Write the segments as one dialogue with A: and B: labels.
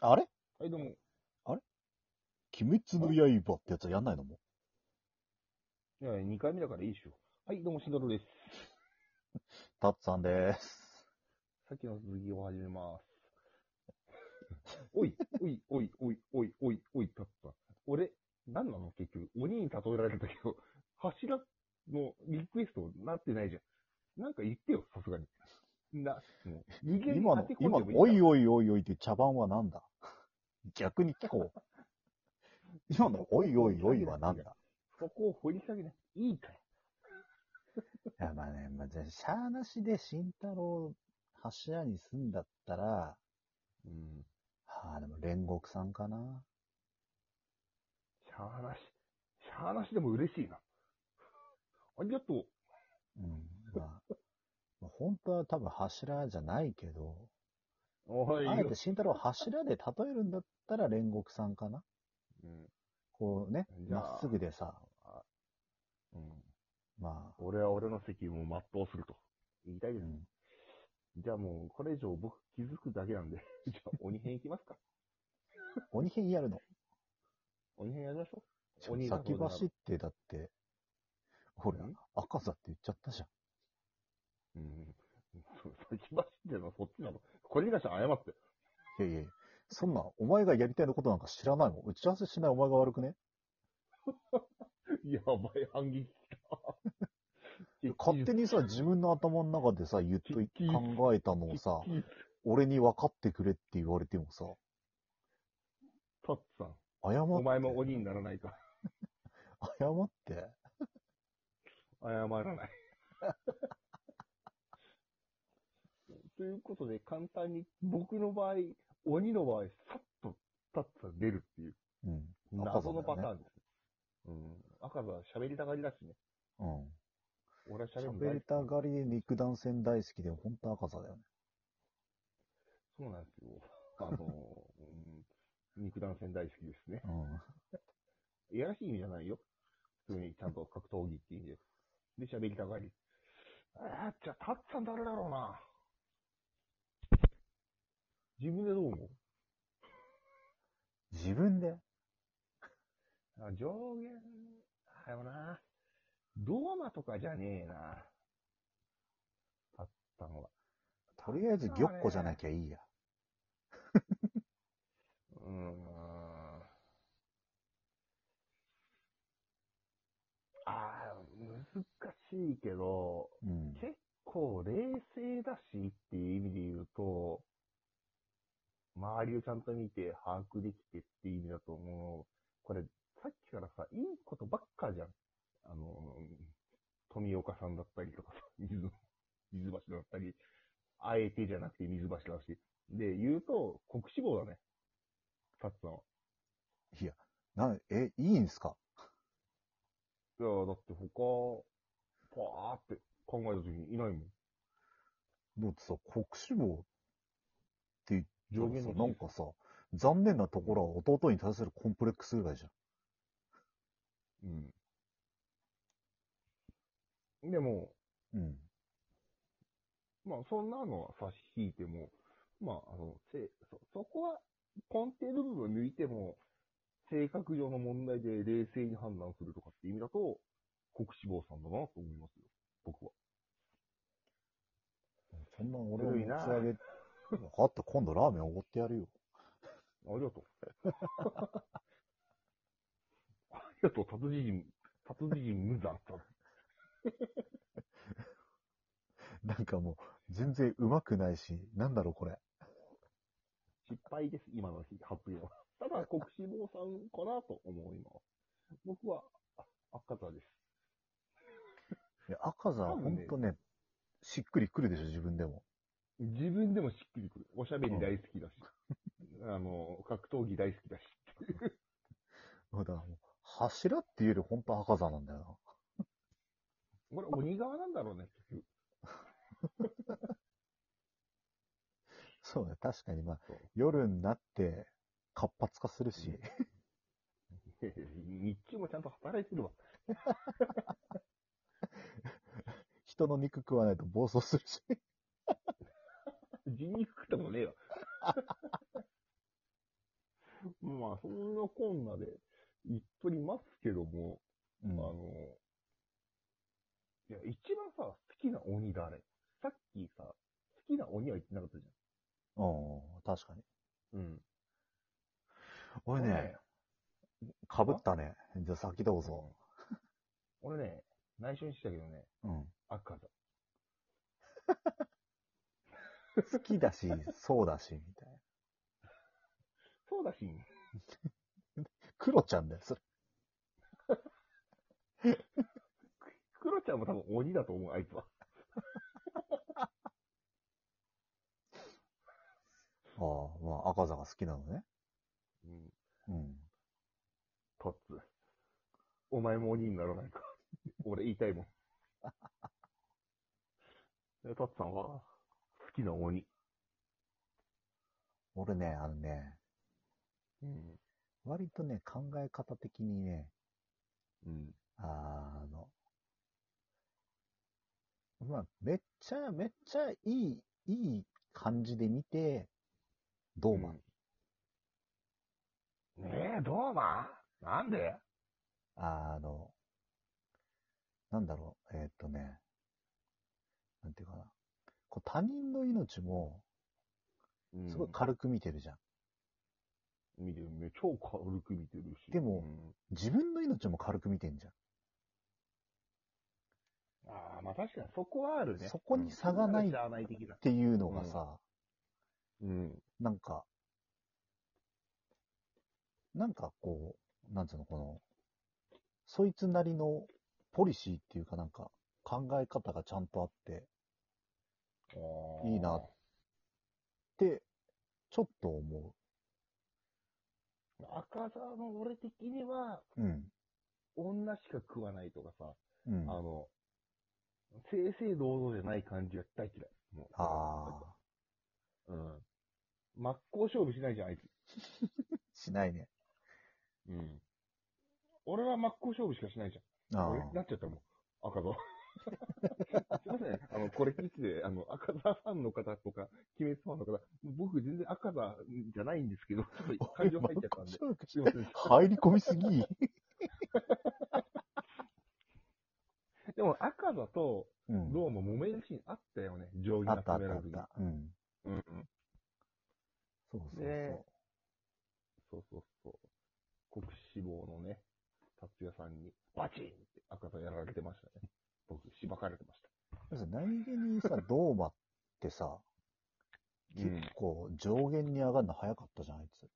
A: あれ
B: はい、どうも。
A: 鬼滅の刃ってやつやんないのも
B: いや、2回目だからいいでしょ。はい、どうも、しんどろです。
A: タッツさんです。
B: さっきの続きを始めます。 おい、おい、おい、おい、おい、おい、おい、たった。俺、何なの結局、鬼に例えられたけど、柱のリクエストなってないじゃん。なんか言ってよ、さすがに。な、もう、逃げ
A: 今の、今の、おいおいおいおいって茶番はなんだ逆に聞こ う。今の、おいおいおいはなんだ
B: そこを掘り下げない。いいから。
A: いや、まあね、まあ、じゃあしゃーなしで慎太郎柱に住んだったら、は
B: うん。
A: あ、でも煉獄さんかな。
B: しゃーなし。しゃーなしでも嬉しいな。ありがとう。
A: うん。まあ、 まあ本当は多分柱じゃないけど、
B: お
A: あえて慎太郎を柱で例えるんだったら煉獄さんかな。
B: うん。
A: こうね、
B: じゃあ
A: まっすぐでさ、
B: うん。
A: まあ、
B: 俺は俺の責務を全うすると。言いたいで
A: う
B: すね。
A: ん。
B: じゃあもう、これ以上僕気づくだけなんで、 じゃあ鬼編いきますか。
A: 鬼編やるの。
B: 鬼編やりましょ
A: ち
B: う。
A: ょ
B: 鬼が
A: 先走
B: う
A: ってだって、ほら
B: ん、
A: 赤座って言っちゃったじゃん。
B: ん。そう先走ってるのはそっちなの。これに関しては謝って。
A: いやいやいやそんな、お前がやりたいのことなんか知らないもん。打ち合わせしないお前が悪くね
B: やばい、反撃来た。
A: 勝手
B: に
A: にさ、自分の頭の中でさ、言っとい
B: き
A: 考えたのをさ、俺に分かってくれって言われてもさ、
B: タッツさん、
A: 謝
B: お
A: っ
B: 前も鬼にならないか。
A: 謝って。
B: 謝らない。 ということで、簡単に、僕の場合、鬼の場合、さっとタッツさん出るっていう。
A: うん。赤座
B: 謎のパタ
A: だ
B: ー
A: よね
B: ンです、ね。うん。赤座は喋りたがりだしね。
A: うん。
B: 俺は喋るの
A: 喋
B: 大
A: り
B: 好きな
A: た
B: んで
A: がりで肉弾戦大好きで、ほんと赤座だよね。
B: そうなんですよ。 あの、うん、肉弾戦大好きですね。
A: うん。
B: いやらしい意味じゃないよ。普通にちゃんと格闘技って意味で。で、喋りたがり。ああ、じゃあ、タッツさん誰だろうな。自分でどう思う
A: 自分で
B: あ上限、はよな。ドーマとかじゃねえな。タッツさんは。
A: とりあえずぎょっこじゃなきゃいいや。
B: うーん。ああ、難しいけど、
A: うん。
B: 結構冷静だしっていう意味で言うと、周りをちゃんと見て把握できてっていう意味だと思う。これ、さっきからさ、いいことばっかじゃん。あの、富岡さんだったりとかさ、 水の、水柱だったり、あえてじゃなくて水柱だし。で、言うと、国志望だね。タッツさんは。
A: いや、な、え、いいんすか
B: いや、だって他、パーって考えた時にいないもん。
A: だってさ、国志望って言ったら
B: 上
A: さ、な
B: 限の
A: んかさ、残念なところは弟に対するコンプレックスぐらいじゃん。
B: うん。でも、
A: うん。
B: まあ、そんなのは差し引いても、まあ、あの、せ、そ、そこは、根底の部分を抜いても、性格上の問題で冷静に判断するとかって意味だと、国志望さんだなと思いますよ。僕は。
A: そんな俺を持
B: 古
A: ち
B: いな
A: 上げ、分かった、今度ラーメンおごってやるよ。
B: ありがとう。ありがとう、達人、達人無残さん。
A: なんかもう、全然うまくないし、なんだろうこれ。
B: 失敗です、今の発表は。ただ、国志望さんかなと思います。僕は、あ赤座です。
A: いや赤座はほんとね、しっくりくるでしょ、自分でも。
B: 自分でもしっくりくる。おしゃべり大好きだし、あの、格闘技大好きだし。
A: だからもう柱っていうよりほんと赤座なんだよな。
B: これ鬼側なんだろうね、 結局
A: そうね、確かにまあ
B: そう、
A: 夜になって活発化するし、
B: いやいや日中もちゃんと働いてるわ。
A: 人の肉食わないと暴走するし。
B: 人肉食ったことねえわ。まあ、そんなこんなで言っとりますけども、
A: うん。
B: あの、いや、一番さ、好きな鬼誰さっきさ、好きな鬼は言ってなかったじ
A: うん、確かに。
B: ゃん。うん。
A: 俺ね、かぶったね。じゃあ先どうぞ。
B: 俺ね、内緒にしてたけどね、
A: うん。
B: 赤だ。
A: 好きだ し、そうだし、みたいな。
B: そうだし、
A: 黒ちゃんだよ、それ。
B: クロちゃんも多分鬼だと思う、あいつは。
A: ああ、まあ、赤座が好きなのね。
B: うん。
A: うん。
B: トッツ。お前も鬼にならないか。 俺言いたいもん。 でトッツさんは、好きな鬼。
A: 俺ね、あのね、
B: うん。
A: 割とね、考え方的にね、
B: うん。
A: あの、まあ、めっちゃ、めっちゃいい、いい感じで見て、どうも、
B: うんねえ、どうマンなんで
A: あの、なんだろう、えーっとね、なんていうかな。こう他人の命も、すごい軽く見てるじゃん。
B: 見てるね。超軽く見てるし。
A: でも
B: うん
A: 自分の命も軽く見てんじゃん。
B: ああ、まあ確かにそこはあるね。
A: そこに差がない
B: うんそれはしゃあない的な
A: っ。ていうのがさ、
B: うん。
A: なんか、なんかこう、なんつうの、この、そいつなりのポリシーっていうかなんか、考え方がちゃんとあって、いいなって、ちょっと思
B: 赤沢の俺的には、
A: う。うん。
B: 女しか食わないとかさ、
A: うん。
B: あ
A: あ
B: の、正々堂々じゃない感じが大嫌い。もう
A: あー。
B: うん。真っ向勝負しないじゃん、あいつ。
A: しないね。
B: うん。俺は真っ向勝負しかしないじゃん。
A: あ
B: 俺なっちゃったもん。赤座。 すいません。あの、これ聞いて、あの、赤座ファンの方とか、鬼滅ファンの方、僕全然赤座じゃないんですけど、ちょっと
A: あ。
B: 感情入っちゃったんで。
A: 俺
B: すいません。
A: 入り込みすぎ。
B: でも赤座と
A: うん。
B: ローも揉めるシーンあったよね。上位
A: あったあ
B: 集
A: っ
B: め
A: たあ
B: られ
A: っ
B: ずに。
A: た。うん。
B: うんうん。
A: そうそう
B: で
A: そ
B: そうそうそう。国志望のね、達也さんに、バチンって赤座やられてましたね。僕、しばかれてました。
A: う。さ何気にさ、ドーマってさ、
B: うん
A: 結構上限に上がるの早かったじゃん、あいつ。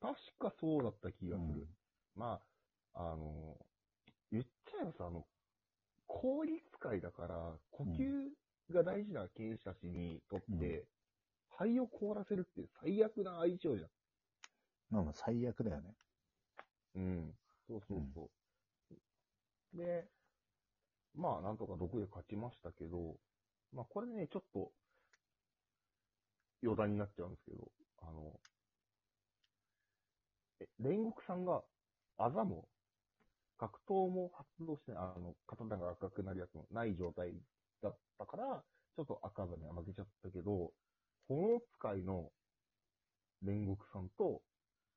B: 確かそうだった気がす
A: う
B: る。
A: ん
B: まあ、あの、言っちゃえばさ、あの、効率界だから、呼吸が大事な経営者たちにとって、肺を凍らせるって最悪な相性じゃ
A: まあまあ最悪だよね。
B: ん。うん。そうそうそう。で、まあ、なんとか毒で勝ちましたけど、まあ、これね、ちょっと、余談になっちゃうんですけど、あの、え、煉獄さんが、あざも、格闘も発動してない、あの、刀が赤くなるやつもない状態だったから、ちょっと赤座には負けちゃったけど、炎使いの煉獄さんと、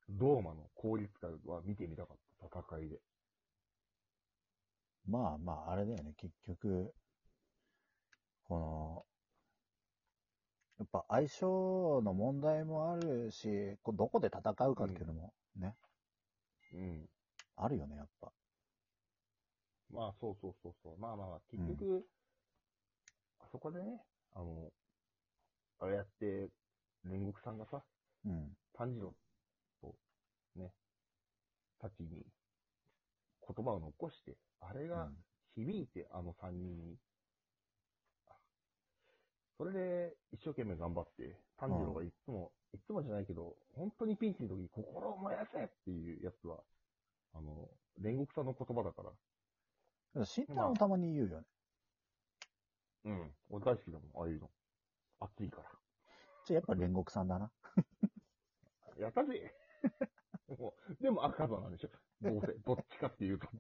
B: ドーマの効率会は見てみたかった、戦いで。
A: まあまあ、あれだよね、結局、この、やっぱ相性の問題もあるし、こうどこで戦うかっていうのもね、
B: うん。
A: あるよね、やっぱ。
B: まあ、そうそうそうそう。まあまあまあ、結局、あそこでね、あの、あれやって、煉獄さんがさ、
A: うん。
B: 炭治郎と、ね、たちに言葉を残して、あれ
A: う
B: が
A: ん
B: 響いて、あの三人に。それで、一生懸命頑張って、炭治郎がいつも、いつもじゃないけど、本当にピンチの時に心を燃やせっていうやつは、あの、煉獄さんの言葉だから、
A: 慎太郎もたまに言うよね。
B: うん。俺大好きだもん、ああいうの。暑いから。
A: じゃあやっぱ煉獄さんだな。
B: やったぜ もうでも赤座なんでしょどうせ、どっちかっていうとって。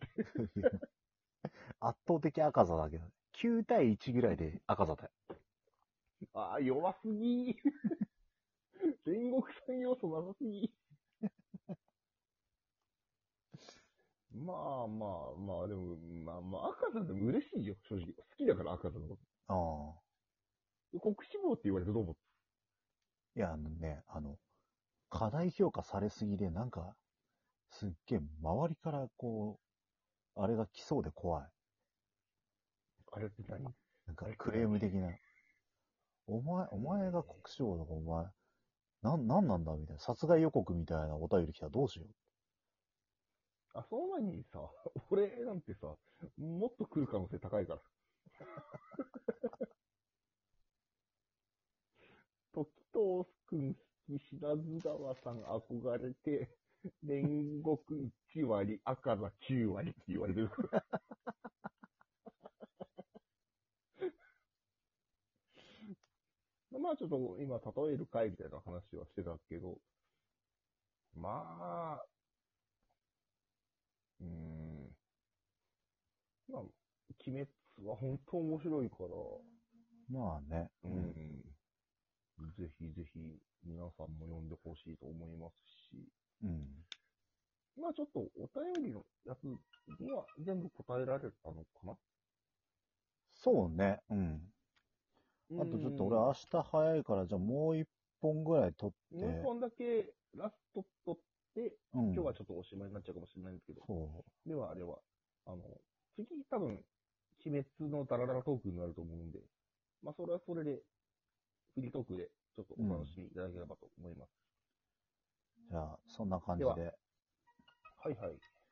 A: 圧倒的赤座だけど、9対1ぐらいで赤座だよ。
B: ああ、弱すぎ煉獄さん要素なさすぎ。 まあまあまあ、でも、まあまあ、赤座でも嬉しいよ、正直。好きだから赤座のこ
A: ああ。
B: と。国志望って言われてどう思っ
A: いや、あのね、あの、過大評価されすぎで、なんか、すっげえ周りからこう、あれが来そうで怖い。
B: たあれって何
A: なんかクレーム的な。お前、お前が国士王だからお前、なん、なんなんだみたいな。殺害予告みたいなお便り来たらどうしよ
B: あ、その前にさ、 俺なんてさ、もっと来る可能性高いから。 時藤くん好き、白津川さん憧れて、煉獄1割、赤が9割って言われてる。 まあちょっと今、例える回みたいな話はしてたけど、まあ、うーん。まあ、鬼滅は本当面白いから、
A: う。まあね。
B: うん。ぜひぜひ皆さんも読んでほしいと思いますし、
A: うん。
B: まあちょっとお便りのやつには全部答えられたのかな
A: そうね。うん。あとちょっと俺明日早いから、じゃあもう一本ぐらい撮って。
B: 日本だけラスト取って、
A: うん。
B: 今日はちょっとおしまいになっちゃうかもしれないんですけど、
A: そ
B: ではあれは、あの、次多分、鬼滅のダラダラトークになると思うんで、まあそれはそれで、フリートークでちょっとお楽しみいただければと思います。
A: う。じゃあ、そんな感じ
B: では
A: で。
B: はいはい。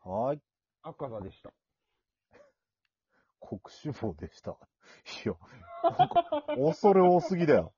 A: はーい。
B: 赤座でした。
A: 国志望でした。いや、なんか、恐れ多すぎだよ。